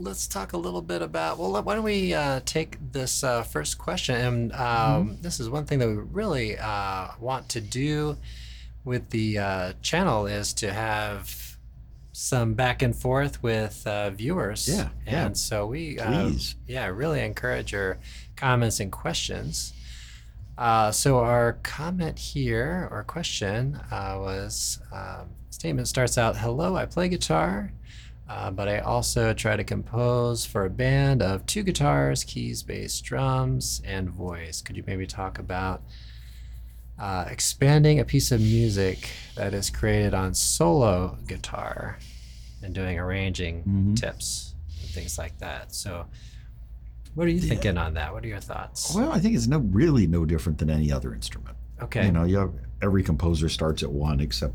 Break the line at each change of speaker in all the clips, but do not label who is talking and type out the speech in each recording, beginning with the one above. let's talk a little bit about. Well, why don't we uh, take this uh, first question? And um,
Mm-hmm.
this is one thing that we really uh, want to do with the uh, channel is to have some back and forth with uh, viewers.
Yeah,
And
yeah.
so we, uh,
Please.
yeah, really encourage your comments and questions. Uh, so our comment here or question uh, was um, statement starts out hello i play guitar uh, but i also try to compose for a band of two guitars keys bass drums and voice could you maybe talk about uh, expanding a piece of music that is created on solo guitar and doing arranging
Mhm.
tips and things like that so what are you thinking on that what are your thoughts
Well, I think it's no really no different than any other instrument.
okay
You know, you have, every composer starts at one, except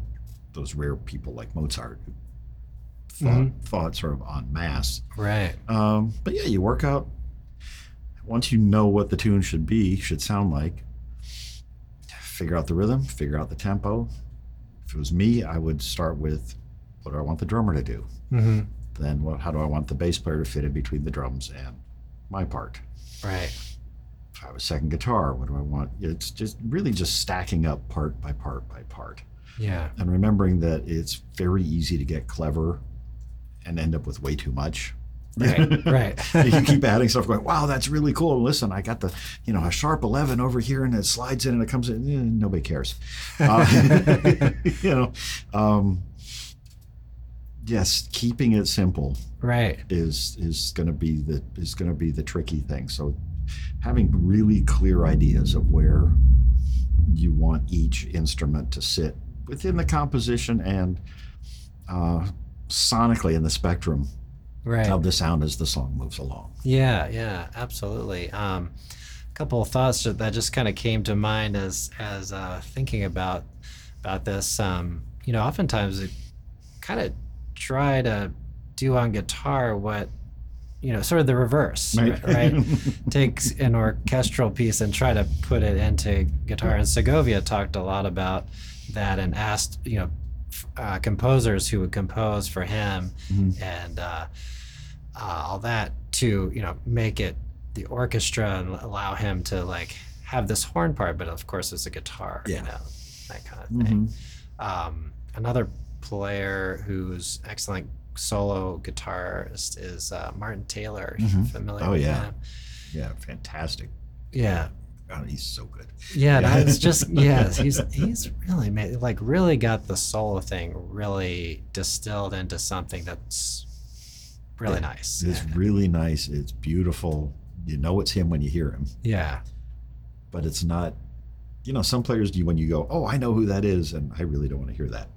those rare people like Mozart who thought,
Mm-hmm.
thought sort of en masse.
right
Um, but yeah, you work out once you know what the tune should be, should sound like. Figure out the rhythm, figure out the tempo. If it was me, I would start with what do I want the drummer to do?
hmm
Then what? How do I want the bass player to fit in between the drums and my part?
right
if I was second guitar, what do I want? It's just really just stacking up part by part by part
yeah
and remembering that it's very easy to get clever and end up with way too much.
right
you
right
keep adding stuff, going, "Wow, that's really cool!" Listen, I got the, you know, a sharp eleven over here, and it slides in, and it comes in. Eh, nobody cares, uh, you know. Um, yes, keeping it simple
right
is is going to be the is going to be the tricky thing. So having really clear ideas of where you want each instrument to sit within the composition and uh, sonically in the spectrum
right
of the sound as the song moves along.
Yeah, yeah, absolutely. Um, a couple of thoughts that that just kind of came to mind as as uh, thinking about about this. Um, you know, oftentimes it kind of try to do on guitar what you know, sort of the reverse, right? right?
Mm-hmm.
Takes an orchestral piece and try to put it into guitar. And Segovia talked a lot about that and asked, you know, f- uh, composers who would compose for him
Mhm.
and uh, uh, all that to you know make it the orchestra and allow him to like have this horn part, but of course it's a guitar,
Yeah.
you know, that kind of thing.
Mhm.
Um, another player who's excellent solo guitarist is uh, Martin Taylor. Are you
Mhm.
Familiar?
Oh,
with
yeah.
him?
Yeah, fantastic.
yeah,
God, he's so good.
yeah. no,
Yeah.
it's just yeah. He's he's really made, like really got the solo thing really distilled into something that's really
Yeah.
nice.
It's
and-
really nice. It's beautiful. You know it's him when you hear him.
yeah.
but it's not you know some players do when you go oh i know who that is and i really don't want to hear that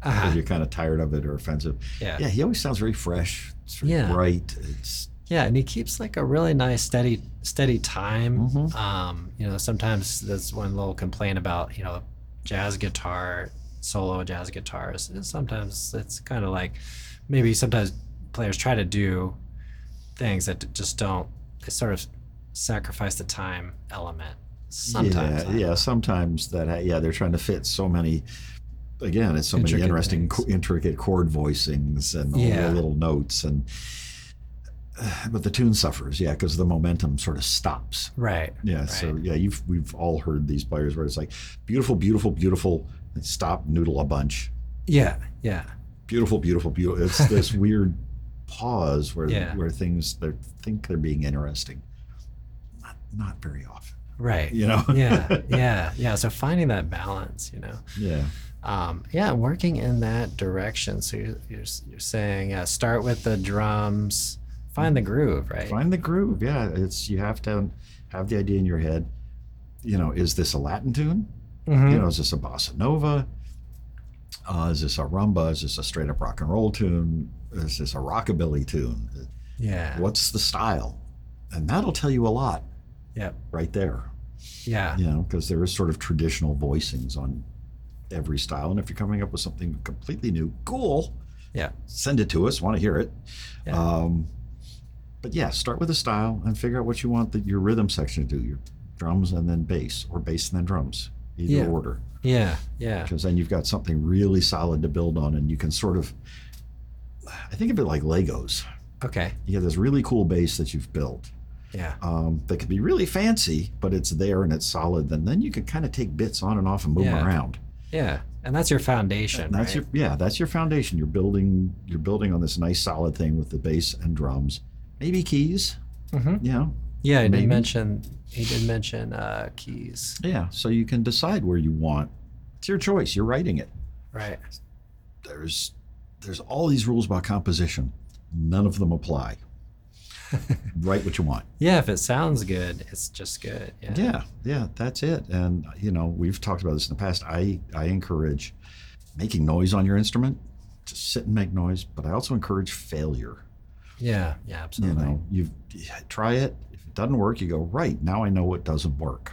because
Uh-huh.
you're kind of tired of it or offensive
Yeah.
yeah he always sounds very fresh it's very
Yeah.
bright it's
Yeah, and he keeps like a really nice steady steady time.
Mhm.
Um, you know, sometimes that's one little complaint about, you know, jazz guitar, solo jazz guitars. is Sometimes it's kind of like maybe sometimes players try to do things that just don't they sort of sacrifice the time element. Sometimes. I
yeah,
don't
yeah
know.
sometimes that yeah they're trying to fit so many again it's so many
Intricate
interesting
things.
co- intricate chord voicings and all
Yeah.
the little notes and uh, but the tune suffers yeah because the momentum sort of stops
Right.
Yeah. So yeah, you've we've all heard these players where it's like beautiful, beautiful, beautiful. and Stop, noodle a bunch.
Yeah. Yeah.
Beautiful, beautiful, beautiful. It's this weird pause where
Yeah.
where things they think they're being interesting. Not not very often.
Right.
You know.
yeah. Yeah. Yeah. So finding that balance, you know.
yeah.
um, yeah, working in that direction. So you're, you're, you're saying uh, start with the drums, find the groove, right?
Find the groove. Yeah. It's you have to have the idea in your head. You know, is this a Latin tune?
Mhm.
You know, is this a bossa nova? Uh, is this a rumba? Is this a straight up rock and roll tune? Is this a rockabilly tune?
Yeah.
what's the style and that'll tell you a lot
Yep.
right there
Yeah.
you know because there is sort of traditional voicings on every style and if you're coming up with something completely new cool
Yeah.
send it to us want to hear it
Yeah.
um, but yeah start with a style and figure out what you want the, your rhythm section to do your drums and then bass or bass and then drums either
Yeah.
order
Yeah. Yeah.
because then you've got something really solid to build on and you can sort of i think of it like legos
Okay.
You have this really cool bass that you've built
Yeah.
um, that could be really fancy, but it's there and it's solid. And then you can kind of take bits on and off and move 'em
Yeah.
around.
Yeah. And that's your foundation.
And that's
right?
your yeah, that's your foundation. You're building you're building on this nice solid thing with the bass and drums, maybe keys.
hmm
You know,
Yeah, he
Maybe.
did mention he did mention uh, keys.
yeah. So you can decide where you want. It's your choice. You're writing it.
Right.
There's there's all these rules about composition. None of them apply. Write what you want.
Yeah, if it sounds good, it's just good. Yeah.
yeah yeah that's it and you know we've talked about this in the past i i encourage making noise on your instrument just sit and make noise but i also encourage failure
Yeah. yeah,
you
absolutely.
know you yeah, try it if it doesn't work you go right now i know what doesn't work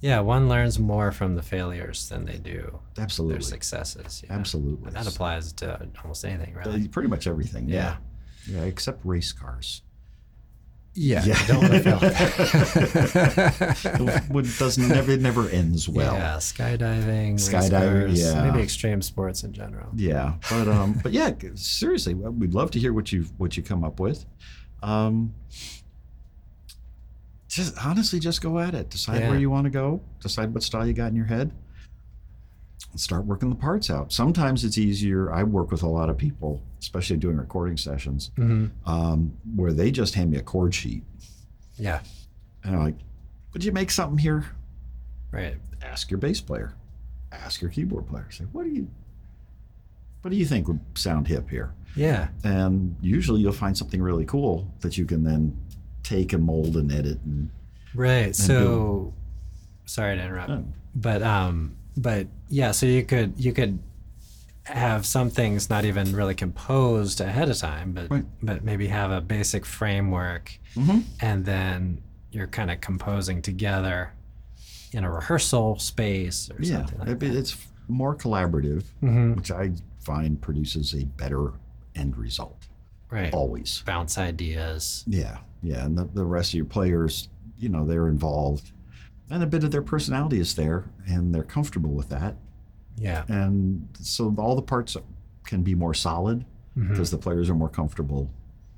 Yeah, one learns more from the failures than they do
absolutely
their successes. Yeah.
absolutely
And that applies to almost anything,
Uh,
really.
pretty much everything yeah
Yeah.
yeah, except race cars
Yeah.
Yeah.
You don't want to fail.
It does never it never ends well
yeah, skydiving, race
Skydiving,
cars,
yeah.
maybe extreme sports in general.
Yeah, but um, but yeah, seriously, we'd love to hear what you what you come up with. Um, just honestly, just go at it. Decide where
Yeah.
you want to go. Decide what style you got in your head. And start working the parts out. Sometimes it's easier. I work with a lot of people, especially doing recording sessions,
hmm
um, where they just hand me a chord sheet
Yeah,
and I'm like, "Would you make something here?"
right.
Ask your bass player. Ask your keyboard player. Say, "What do you, what do you think would sound hip here?"
Yeah,
and usually you'll find something really cool that you can then take and mold and edit and
right.
do-
so, sorry to interrupt. but um but yeah so you could you could have some things not even really composed ahead of time but
Right.
but maybe have a basic framework
Mhm.
and then you're kind of composing together in a rehearsal space or
yeah
something like
it-
that
it's more collaborative
Mhm.
which i find produces a better end result
right
always
bounce ideas
yeah yeah and the, the rest of your players you know they're involved and a bit of their personality is there and they're comfortable with that
yeah
and so all the parts can be more solid
Mhm.
because the players are more comfortable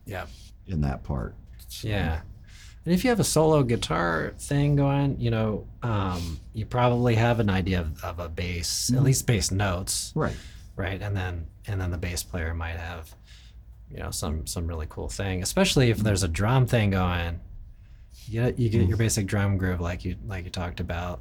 yeah
in that part
Yeah. And if you have a solo guitar thing going, you know, um, you probably have an idea of, of a bass, at least bass notes,
right
right? And then and then the bass player might have, you know, some some really cool thing. Especially if there's a drum thing going, you get you get your basic drum groove like you like you talked about.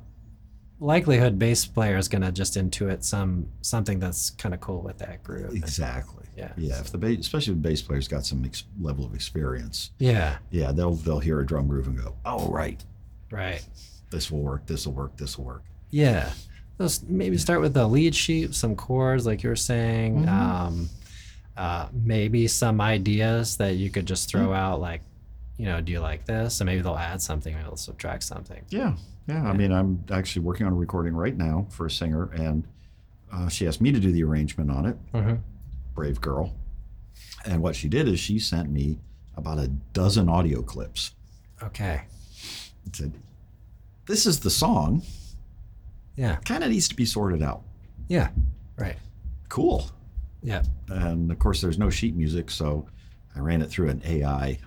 Likelihood bass player is gonna just intuit some something that's kind of cool with that groove.
Exactly.
Yeah.
Yeah. If the bass, especially if the bass player's got some ex- level of experience,
Yeah.
yeah, they'll they'll hear a drum groove and go, "Oh, right,
Right.
this will work. This will work. This will work."
Yeah. Let's maybe start with the lead sheet, some chords, like you were saying.
Mhm.
Um, uh, maybe some ideas that you could just throw out, like, you know, do you like this? And maybe they'll add something, maybe they'll subtract something.
Yeah. Yeah. I
Yeah.
mean, I'm actually working on a recording right now for a singer, and uh, she asked me to do the arrangement on it.
Mm-hmm.
Brave girl. And what she did is she sent me about a dozen audio clips.
Okay.
And said, "This is the song.
Yeah.
Kind of needs to be sorted out."
Yeah. Right.
Cool.
Yeah.
and of course there's no sheet music so i ran it through an ai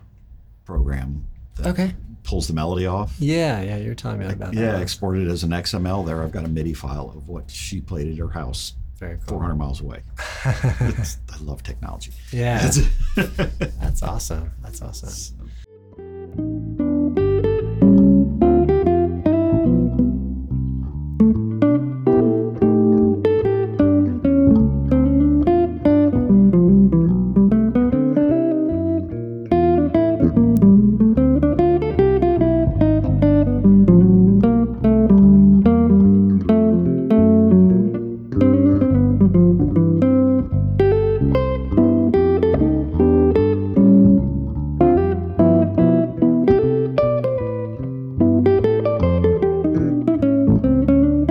program that
Okay.
pulls the melody off
Yeah. Yeah. You were telling me about that.
yeah
one.
exported as an xml there i've got a midi file of what she played at her house
Very cool.
400 miles away It's- i love technology
yeah. That's awesome. That's awesome. Let's think about this tune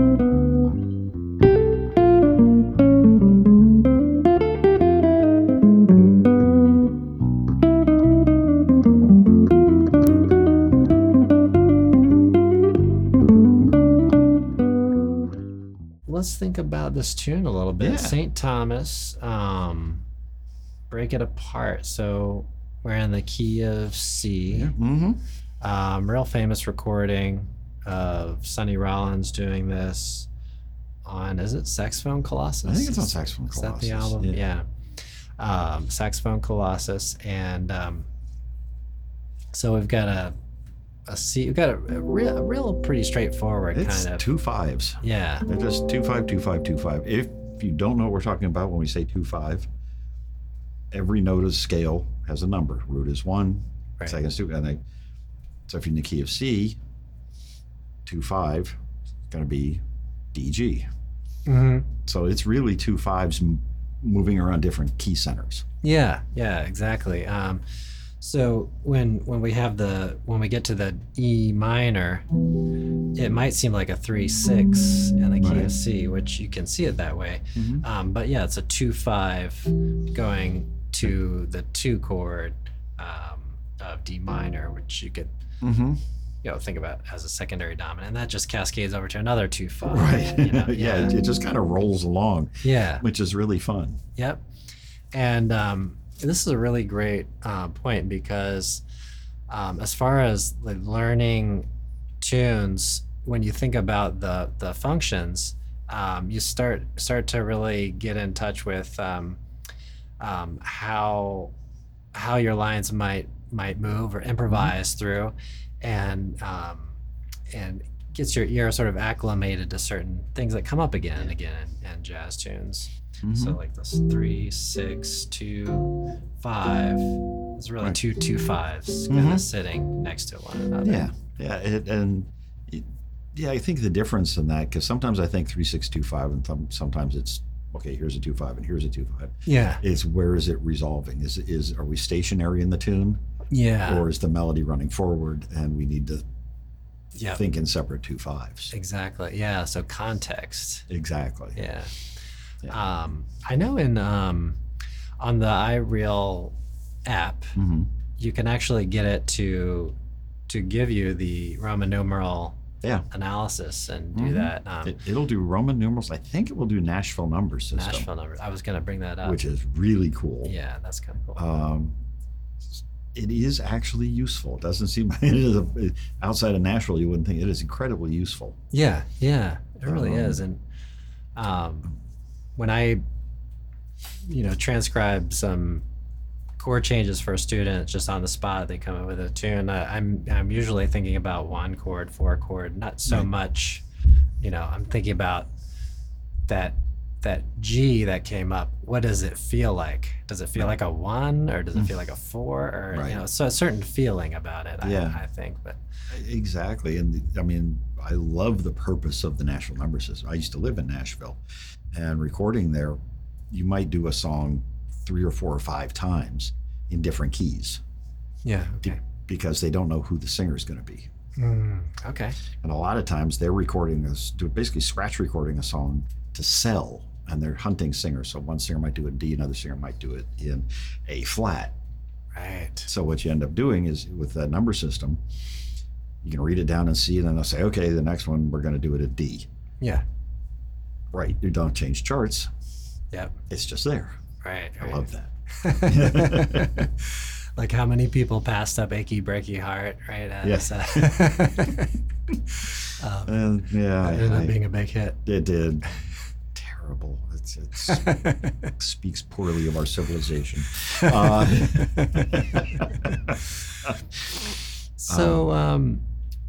a little bit.
Yeah.
St. Thomas. Um, break it apart. So we're in the key of C.
Mm-hmm.
um, real famous recording of Sonny Rollins doing this on is it Saxophone Colossus?
I think it's on Saxophone Colossus.
Is that the album? Yeah. Um, Saxophone Colossus, and um, so we've got a a C. We've got a, a, real, a real pretty straightforward
It's
kind of
two fives.
yeah.
They're just two five, two five, two five. If you don't know what we're talking about when we say two five, every note of scale has a number. Root is one,
Right.
second is two, and they, so if you're in the key of C, two five, it's going to be DG.
Mhm.
So it's really two fives m- moving around different key centers.
Yeah, yeah, exactly. Um, so when when we have the when we get to the E minor, it might seem like a three six in the key
Right.
of C, which you can see it that way. Um, but yeah, it's a two five going to the two chord um, of D minor, which you could
Mm-hmm.
you know think about as a secondary dominant, and that just cascades over to another two five.
Right.
you know,
yeah.
yeah,
It, it just kind of rolls along,
yeah.
which is really fun.
Yep. And um, this is a really great uh, point because, um, as far as like learning tunes, when you think about the the functions, um, you start start to really get in touch with um, um, how how your lines might might move or improvise through, and um, and gets your ear sort of acclimated to certain things that come up again and again in, in jazz tunes.
Mm-hmm.
So like this three, six, two, five. It's really
Right.
two two fives kind
Mhm.
of sitting next to one another.
Yeah, yeah, it, and it, yeah, I think the difference in that because sometimes I think three six two five, and some sometimes it's okay. Here's a two five, and here's a two five.
Yeah.
Is where is it resolving? Is is are we stationary in the tune,
Yeah.
or is the melody running forward, and we need to
yeah.
think in separate two fives?
Exactly. Yeah. So context.
Exactly.
Yeah.
Yeah.
Um, I know in um, on the iReal app,
hmm
you can actually get it to to give you the Roman numeral
Yeah.
analysis and do
Mhm.
that. Um,
It, it'll do Roman numerals. I think it will do Nashville number system,
Nashville numbers. I was gonna bring that up.
which is really cool.
yeah, that's kind of cool.
um, it is actually useful. It doesn't seem it is a, outside of Nashville, you wouldn't think it is incredibly useful.
Yeah, yeah, it really
Um,
is. And um, when I, you know, transcribe some chord changes for a student just on the spot, they come up with a tune. I, I'm I'm usually thinking about one chord, four chord, not so
Right.
much. You know, I'm thinking about that that G that came up. What does it feel like? Does it feel
Right. Mm.
like a one, or does it feel like a four, or
Right.
you know, so a certain feeling about it.
Yeah.
I, I think, but
Exactly, and the- I mean, I love the purpose of the Nashville number system. I used to live in Nashville, and recording there, you might do a song three or four or five times in different keys
yeah,
okay. because they don't know who the singer is going to be.
Mm, okay,
And a lot of times they're recording this, do basically scratch recording a song to sell, and they're hunting singers. So one singer might do it in D, another singer might do it in A flat.
right.
So what you end up doing is with that number system, you can read it down and see, and then they'll say, okay, the next one we're going to do it at D.
Yeah.
Right, you don't change charts.
Yep.
It's just there.
Right.
I love that.
that. like how many people passed up achy breaky heart, right? Uh,
Yeah.
so- um,
And yeah,
it ended
Uh, I-
up being a big hit.
it did. Terrible. It's, it's Um, speaks poorly of our civilization. Uh,
so, um,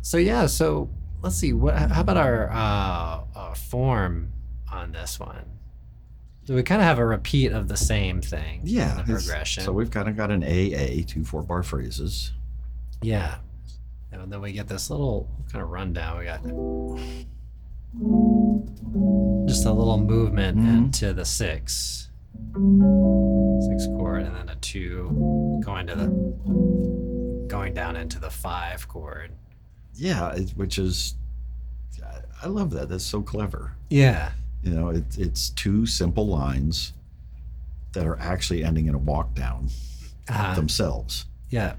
so yeah. So let's see. What? How about our uh, uh, form on this one? So we kind of have a repeat of the same thing.
Yeah.
The
it's-
progression.
So we've kind of got an AA, two four bar phrases.
Yeah. And then we get this little kind of rundown. We got just a little movement
Mhm.
into the six, six chord, and then a two going to the going down into the five chord.
Yeah, it, which is, I- I love that. That's so clever.
Yeah.
You know, it, it's two simple lines that are actually ending in a walk down
Uh,
themselves.
yeah.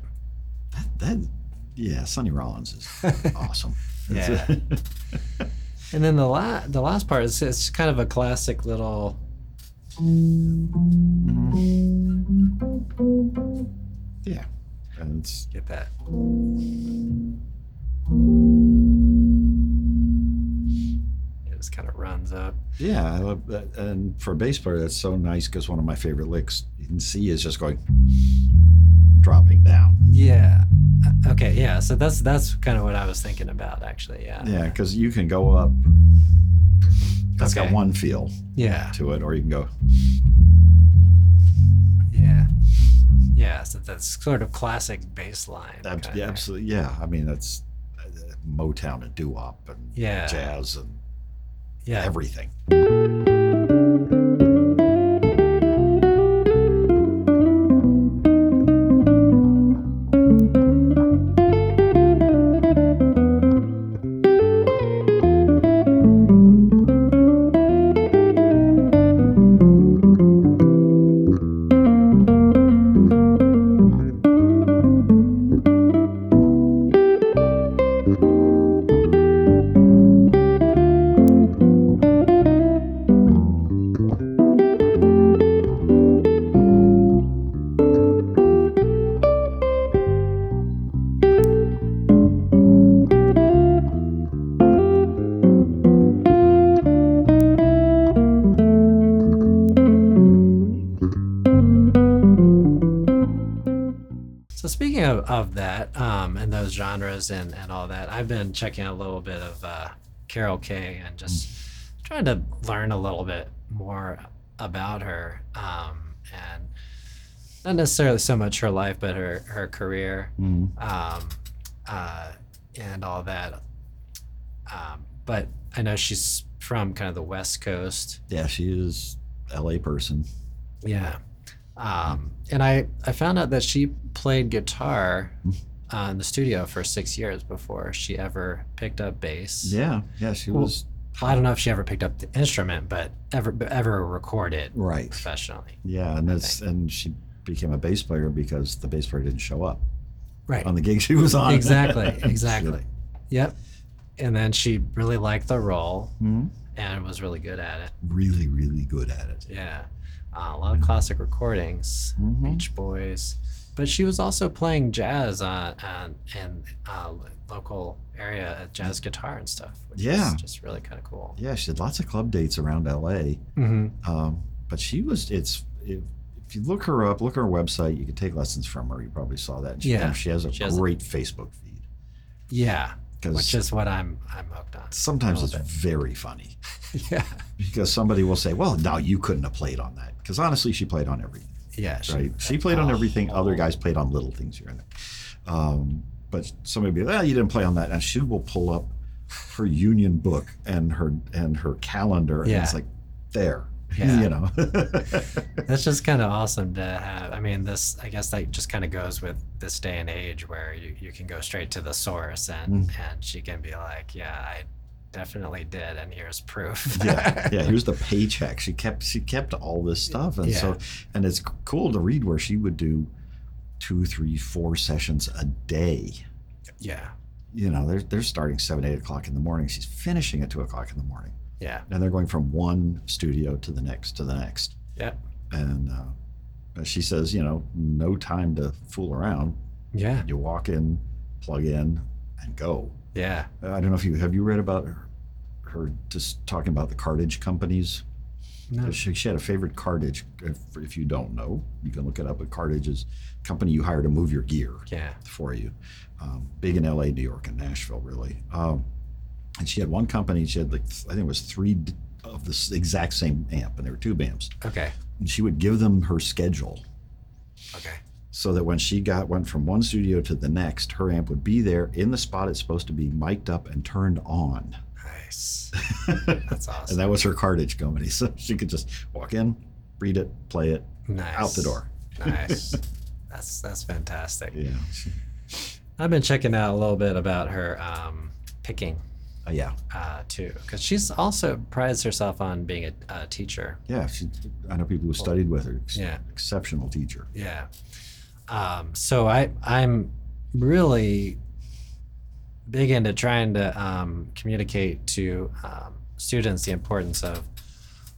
That, that, yeah, Sonny Rollins is awesome. It's-
And then the la- the last part is it's kind of a classic little
Yeah. And it's
Get that. It just kind of runs up.
yeah, I love that. and for a bass player, that's so nice because one of my favorite licks you can see is just going dropping down.
Yeah. Uh, Okay. Yeah. So that's that's kind of what I was thinking about actually. Yeah.
Yeah, because you can go up. That's got
Okay.
one feel
Yeah.
to it, or you can go.
Yeah. Yeah. So that's sort of classic bass line. kinda
Abs- yeah,
thing.
absolutely. Yeah, I mean that's uh, Motown and doo wop and
Yeah.
jazz and
Yeah.
everything.
So speaking of, of that um, and those genres and, and all that, I've been checking a little bit of uh, Carol Kay and just
Mm.
trying to learn a little bit more about her um, and not necessarily so much her life, but her, her career um, uh, and all that. Um, but I know she's from kind of the West Coast.
Yeah, she is L.A. person.
Yeah. Um, and I, I found out that she played guitar uh, in the studio for six years before she ever picked up bass.
Yeah, yeah, she
Well-
was
Well, I don't know if she ever picked up the instrument, but ever but ever recorded
right.
professionally.
Yeah, and that's and she became a bass player because the bass player didn't show up
Right.
on the gig she was on.
Exactly.
She-
Exactly. Um, Yep. And then she really liked the role
Mhm.
and was really good at it.
Really, really good at it.
Yeah. Uh, a lot of classic recordings.
Mhm.
Beach Boys, but she was also playing jazz on, on in uh, local area uh, jazz guitar and stuff. Which
Yeah.
is just really kind of cool.
Yeah, she did lots of club dates around L.A.
Mm-hmm.
Um, but she was it's if, if you look her up, look her website, you can take lessons from her. You probably saw that. She,
Yeah,
she has a
she has a-
great Facebook feed
Yeah, which
because
is what I'm I'm hooked on.
sometimes
Oh,
it's
that-
very funny
yeah,
because somebody will say, "Well, no, you couldn't have played on that," because honestly, she played on everything.
yeah. She,
Right? She played on
Oh.
everything. Other guys played on little things here and there. Um, but somebody will be, "Ah, you didn't play on that," and she will pull up her union book and her and her calendar, and it's
Yeah.
like, there,
Yeah.
you know.
That's just kind of awesome to have. I mean, this I guess that just kind of goes with this day and age where you, you can go straight to the source and
Mm.
and she can be like, yeah, I definitely did, and here's proof.
yeah, yeah. Here's the paycheck. She kept she kept all this stuff, and so and it's c- cool to read where she would do two, three, four sessions a day.
yeah,
You know, they're they're starting seven, eight o'clock in the morning. She's finishing at two o'clock in the morning,
yeah,
and they're going from one studio to the next to the next.
Yep.
And uh, but she says, you know, no time to fool around.
yeah,
You walk in, plug in, and go. Uh,
yeah.
I don't know if you have you read about her, her just talking about the cartage companies.
No.
She, she had a favorite cartage. If, if you don't know, you can look it up. A cartage is a company you hire to move your gear
Yeah.
for you. Um, big in LA, New York, and Nashville, really. Um, and she had one company. She had like th- I think it was three d- of the s- exact same amp, and they were tube amps.
Okay.
And she would give them her schedule
Okay.
so that when she got went from one studio to the next, her amp would be there in the spot it's supposed to be mic'd up and turned on.
Nice.
and
That's awesome.
that was her cartage company. So she could just walk in, read it, play it,
nice.
out the door.
nice. That's that's fantastic.
Yeah.
I've been checking out a little bit about her um, picking
Uh, yeah.
uh, too, because she's also prides herself on being a, a teacher.
Yeah. She, I know people who studied with her. Ex-
Yeah.
Exceptional teacher.
Yeah. Um, so I I'm really big into trying to um, communicate to um, students the importance of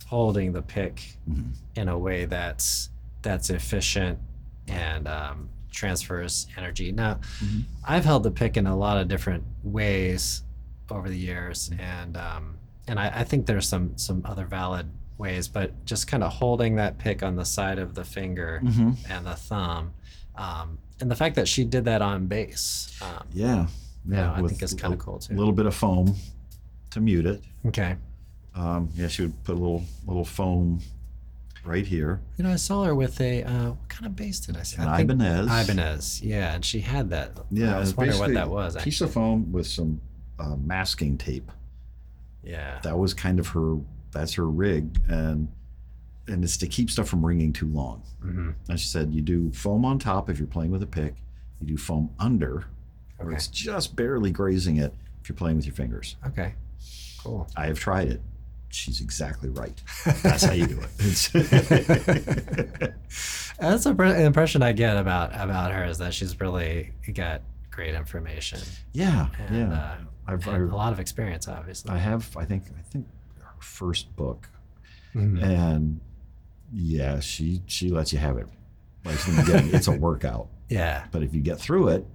holding the pick
Mhm.
in a way that's that's efficient and um, transfers energy. Now,
Mhm.
I've held the pick in a lot of different ways over the years, and um, and I, I think there's some some other valid ways, but just kind of holding that pick on the side of the finger
Mhm.
and the thumb, um, and the fact that she did that on bass, um,
Yeah.
you know,
Yeah.
I
with
think is kind of cool
A
too.
little bit of foam to mute it.
okay,
Um, yeah, she would put a little little foam right here.
you know, I saw her with a uh, what kind of bass did I see?
And
I think
Ibanez.
Ibanez, yeah, and she had that.
Yeah,
I
it's
was wondering what
basically
that was.
Piece of foam with some uh, masking tape.
Yeah.
That was kind of her. That's her rig, and and it's to keep stuff from ringing too long.
Mm-hmm.
And she said you do foam on top if you're playing with a pick. You do foam under, where
Okay.
it's just barely grazing it if you're playing with your fingers.
Okay. Cool.
I have tried it. She's exactly right. That's how you do it. It's-
That's the pre- impression I get about about her is that she's really got great information
yeah,
and,
yeah.
uh,
I've,
and
I've
a lot of experience, obviously.
I have, I think, I think her first book,
Mhm.
and yeah, she she lets you have it. Like from the beginning, it's a workout,
Yeah.
but if you get through it,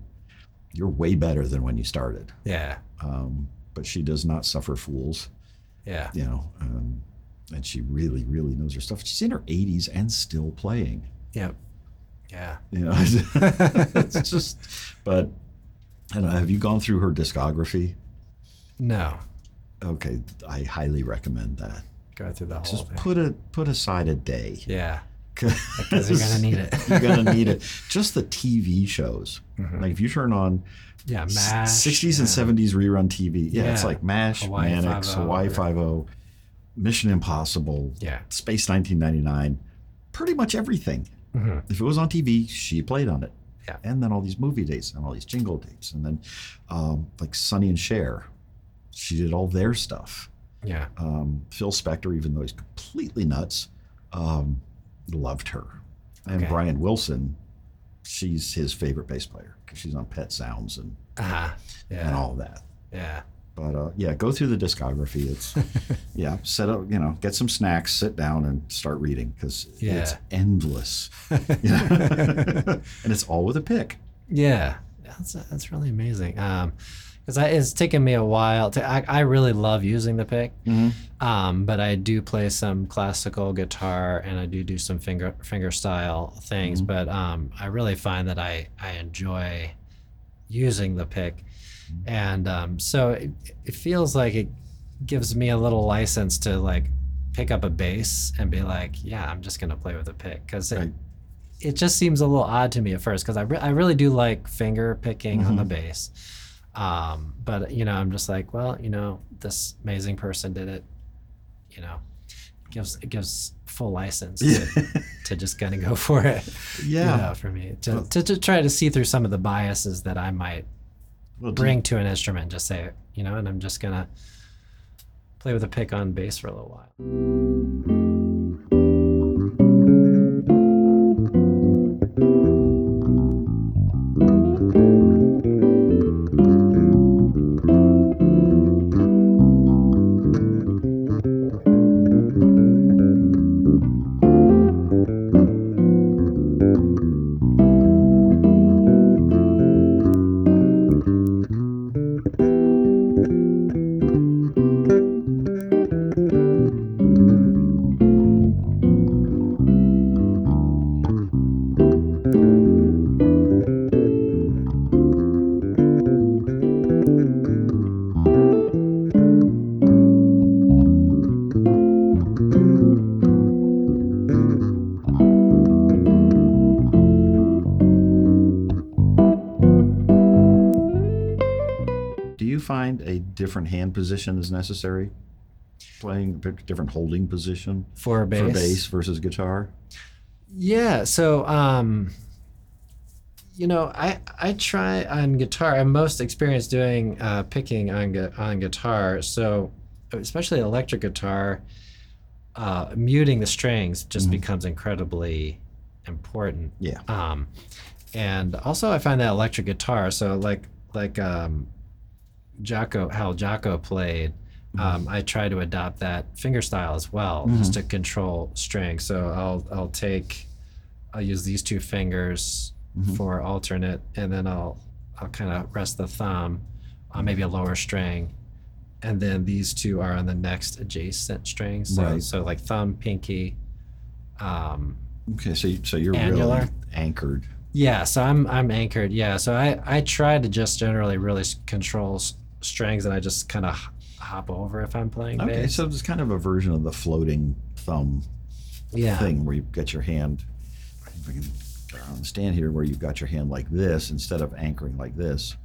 you're way better than when you started.
Yeah.
Um, but she does not suffer fools,
Yeah.
you know, um, and she really, really knows her stuff. She's in her 80s and still playing.
Yep. Yeah.
You know, it's just, but I don't know. Have you gone through her discography?
No.
Okay, I highly recommend that.
Go through the whole
Just
thing.
put a put aside a day.
yeah.
Because
Because you're gonna need it.
you're gonna need it. Just the TV shows.
Mhm.
Like if you turn on
Yeah.
s-
Mash.
60s
yeah.
and 70s rerun TV, yeah, it's
Yeah.
like MASH,
Hawaii
Mannix,
5-0,
Hawaii
yeah.
5 0, Mission Impossible,
Yeah.
Space 1999, pretty much everything.
Mhm.
If it was on TV, she played on it.
Yeah.
And then all these movie dates and all these jingle dates. And then um, like Sonny and Cher, she did all their stuff
Yeah.
um, Phil Spector, even though he's completely nuts, um, loved her. And
Okay.
Brian Wilson, she's his favorite bass player because she's on Pet Sounds and,
Uh-huh.
and
Yeah.
all that.
Yeah.
But uh, yeah, go through the discography. It's yeah, set up, you know, get some snacks, sit down, and start reading because it's
Yeah.
endless. you know? and it's all with a pick.
Yeah, that's that's really amazing. Um, because it's taken me a while to. I, I really love using the pick, um, but I do play some classical guitar and I do do some finger finger style things.
Mhm.
But um, I really find that I I enjoy using the pick,
Mhm.
and um, so it, it feels like it gives me a little license to like pick up a bass and be like, yeah, I'm just gonna play with a pick because
Right.
it just seems a little odd to me at first because I, re- I really do like finger picking on the bass. Um, but you know, I'm just like, well, you know, this amazing person did it. You know, gives it gives full license
Yeah.
to, to just kind of go for it.
yeah.
you know, for me to,
Well- Mm-hmm.
to to try to see through some of the biases that I might
Well, do-
bring to an instrument. and Just say, you know, and I'm just gonna play with a pick on bass for a little while.
Do you find a different hand position is necessary? Playing a different holding position
For bass,
for bass versus guitar?
Yeah. So, um, you know, I I try on guitar. I'm most experienced doing uh, picking on gu- on guitar. So, especially electric guitar, uh, muting the strings just
Mhm.
becomes incredibly important.
Yeah.
Um, and also, I find that electric guitar. So, like like um, Jocko, how Jocko played um, I try to adopt that finger style as well,
Mm-hmm.
just to control string. So I'll I'll take, I'll use these two fingers
Mhm.
for alternate, and then I'll I'll kind of rest the thumb on maybe a lower string, and then these two are on the next adjacent string. So
Right.
so like thumb, pinky. Um,
Mm-hmm. Okay, so you- so you're
Annular.
really anchored.
yeah, so I'm I'm anchored. Yeah, so I I try to just generally really s- control s- strings, and I just kind of hop over if I'm playing
Okay,
bass.
so it's kind of a version of the floating thumb
Yeah.
thing where you've got your hand. If I can get on the stand here, where you've got your hand like this instead of anchoring like this,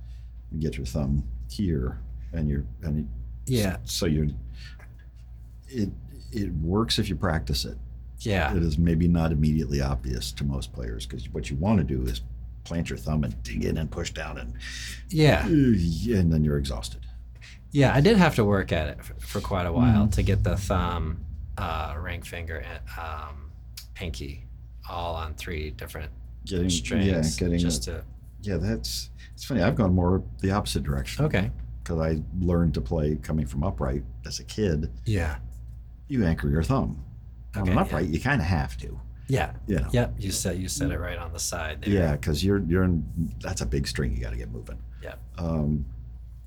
you get your thumb here, and you're and it,
Yeah,
so you're. It it works if you practice it.
yeah,
It is maybe not immediately obvious to most players because what you want to do is plant your thumb and dig in and push down and
yeah,
and then you're exhausted.
yeah. I did have to work at it f- for quite a
Mm-hmm.
while to get the thumb, uh, ring finger, and um, pinky all on three different
Getting
strings.
yeah, getting
just
Yeah, that's it's funny. I've gone more the opposite
to
direction
okay.
because I learned to play coming from upright as a kid.
Yeah.
You anchor your thumb on
Okay.
an upright. You kind of have to.
Yeah.
You know.
yeah. Yep. You said you said it right on the side there.
Yeah, because you're you're in, that's a big string. You got to get moving.
Yeah.
Um,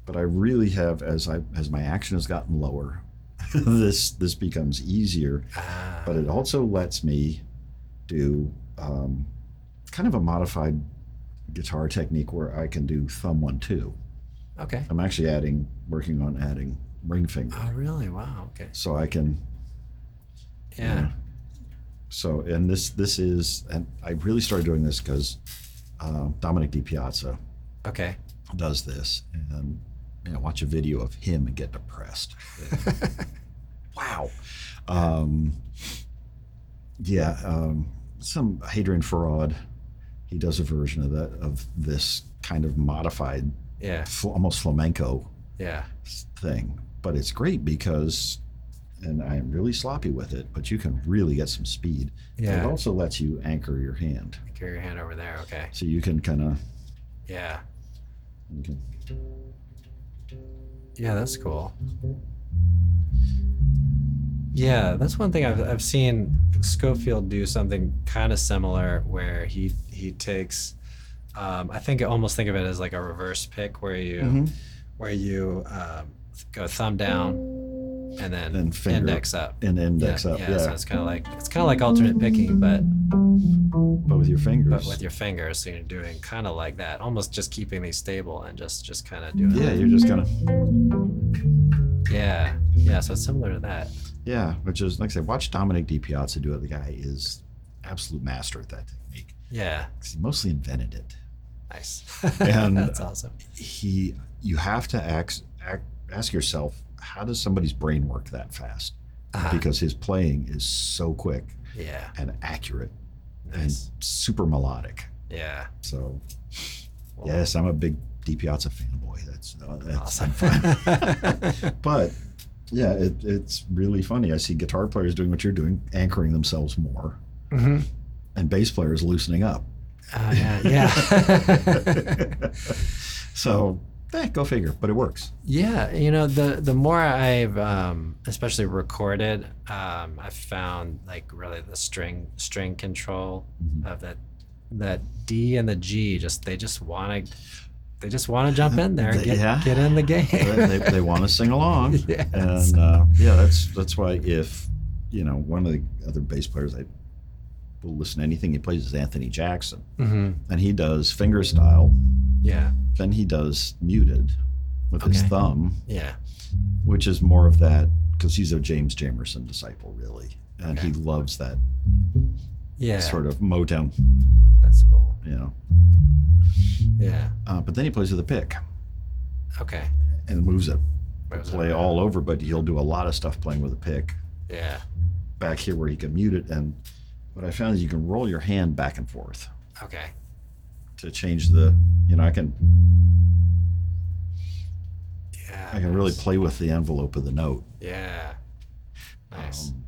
but I really have as I as my action has gotten lower, this this becomes easier.
Ah,
But it also lets me do um, kind of a modified guitar technique where I can do thumb one two.
okay.
I'm actually adding, working on adding ring finger,
Oh, really? Wow. Okay.
so I can.
Yeah.
So and this this is and I really started doing this because uh, Dominic Di Piazza
Okay.
does this, and you know, watch a video of him and get depressed. wow. Um, yeah. Um, some Hadrian Farad, he does a version of that of this kind of modified,
Yeah.
fl- almost flamenco
Yeah.
thing, but it's great because, and I am really sloppy with it, but you can really get some speed. It
Yeah.
also lets you anchor your hand,
Carry your hand over there. Okay.
so you can kind of.
Yeah.
You can,
Yeah, that's cool. Yeah, that's one thing I've, I've seen Schofield do something kind of similar where he he takes um, I think I almost think of it as like a reverse pick where you
Mm-hmm.
where you um, go thumb down and then
Then finger
index up.
And index
yeah,
up, yeah,
yeah, So it's kind of like it's kind of like alternate picking, but
but with your fingers.
but with your fingers. So you're doing kind of like that, almost just keeping these stable and just just kind of doing.
yeah, you're just kind of
yeah, yeah. So it's similar to that.
yeah, which is like I said, watch Dominic Di Piazza do it. The guy is absolute master at that technique.
Yeah.
'cause he mostly invented it.
Nice.
And-
That's awesome.
He, you have to ask, ask ask yourself, how does somebody's brain work that fast?
Uh-huh.
Because his playing is so quick
Yeah.
and accurate
Nice.
and super melodic.
Yeah.
So uh,
Well,
yes, I'm a big Di Piazza fanboy. That's, uh, that's
Awesome.
But yeah, it, it's really funny. I see guitar players doing what you're doing, anchoring themselves more, Mm-hmm.
hmm
and bass players loosening up.
Oh, yeah. Yeah.
so eh, go figure. But it works.
yeah. You know, the the more I've um, especially recorded, um, I've found like really the string string control
Mm-hmm.
of that that D and the G. Just they just want to they just want to jump in there and get
Yeah.
get in the game.
they, they want to sing along,
Yes.
and uh, yeah, that's that's why if you know one of the other bass players I will listen to anything he plays is Anthony Jackson,
hmm
and he does finger style,
Yeah.
then he does muted with his
Okay.
thumb,
Yeah.
which is more of that because he's a James Jamerson disciple, really, and he loves that
Yeah.
sort of Motown,
That's cool.
you know.
Yeah.
Uh, but then he plays with a pick
Okay.
and moves it,
Moves it
play
around.
all over, but he'll do a lot of stuff playing with a pick
Yeah.
back here where you can mute it. And what I found is you can roll your hand back and forth
Okay.
to change the, you know, I can
Yeah.
I can really
nice.
play with the envelope of the note,
Yeah. Nice.
um,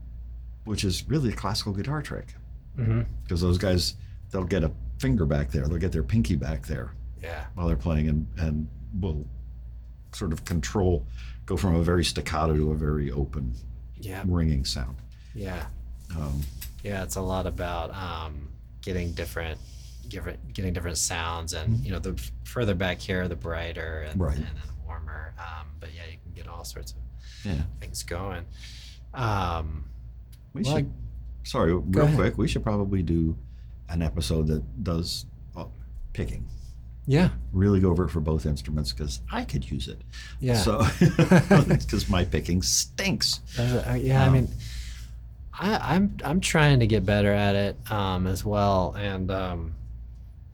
which is really a classical guitar trick.
hmm
because those guys they'll get a finger back there they'll get their pinky back there
Yeah.
while they're playing and and will sort of control, go from a very staccato to a very open
Yeah.
ringing sound.
Yeah.
Um,
Yeah, it's a lot about um, getting different, different, getting different sounds, and you know, the f- further back here, the brighter and,
Right.
and, the warmer. Um, but yeah, you can get all sorts of
yeah,
things going. Um,
we
Well, I-
should. Sorry, real
ahead.
quick, we should probably do an episode that does uh, picking.
yeah,
Really go over it for both instruments because I could use it.
yeah,
So because my picking stinks.
There's a- uh, yeah. I
Um,
mean, I, I'm I'm trying to get better at it um, as well, and um,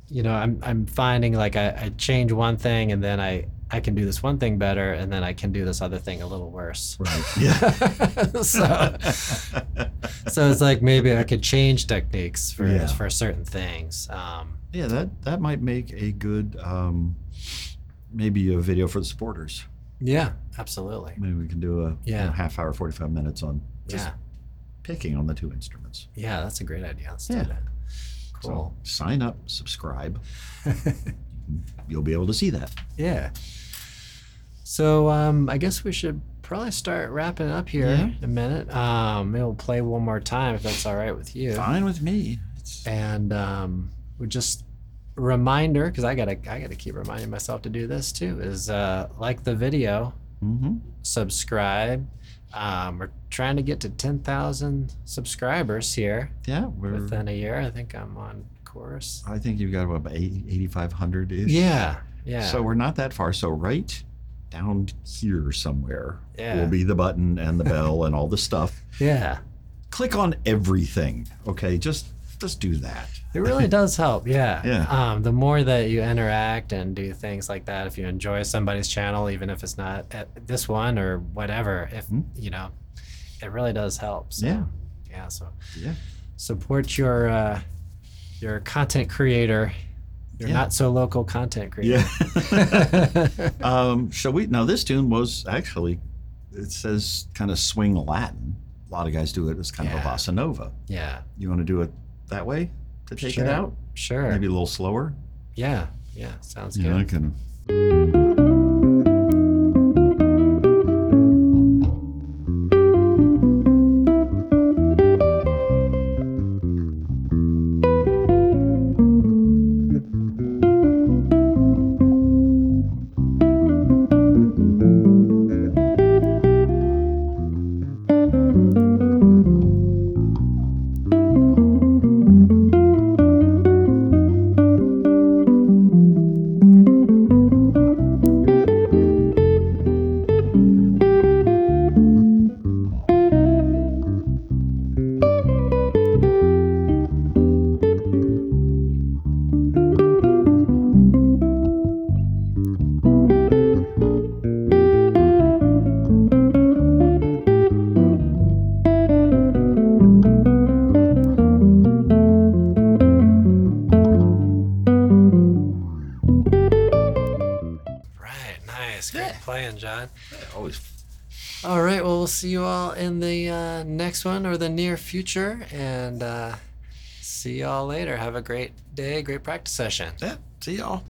you know, I'm I'm finding like I, I change one thing, and then I I can do this one thing better, and then I can do this other thing a little worse.
Right. Yeah.
so. so it's like maybe I could change techniques for
Yeah.
for certain things. Um,
yeah, that that might make a good um, maybe a video for the supporters.
yeah, absolutely.
Maybe we can do a you know,
Yeah.
half hour, forty five minutes on just
yeah,
picking on the two instruments.
yeah, that's a great idea. Let's
Yeah.
do that.
So
Cool.
sign up, subscribe. You'll be able to see that.
Yeah. So um, I guess we should probably start wrapping up here
Yeah.
in a minute. Um, maybe we'll play one more time if that's all right with you.
Fine with me. It's,
And um, we just reminder because I gotta I gotta keep reminding myself to do this too is uh, like the video
hmm
subscribe. Um, we're trying to get to 10,000 subscribers here
Yeah, we're.
within a year. I think I'm on course.
I think you've got about eighty five hundred ish.
Yeah. Yeah.
So we're not that far. So right down here somewhere
Yeah.
will be the button and the bell and all the stuff.
yeah.
Click on everything. Okay, just just do that.
It really does help. Yeah.
Yeah.
Um, the more that you interact and do things like that, if you enjoy somebody's channel, even if it's not at this one or whatever, if,
Mhm.
you know, it really does help. So,
Yeah.
Yeah. So
Yeah.
support your, uh, your content creator, your
Yeah.
not so local content creator.
um, shall we? Now this tune was actually, it says kind of swing Latin. A lot of guys do it as kind of a
Yeah.
bossa nova.
yeah.
You want to do it that way to take
Sure.
it out?
Sure.
Maybe a little slower.
Yeah. Yeah. Sounds
Yeah,
good.
kind of.
Right. Nice. Great
Yeah.
playing, John.
Always.
All right. Well, we'll see you all in the uh, next one or the near future. And uh, see you all later. Have a great day, great practice session.
Yeah. See y'all.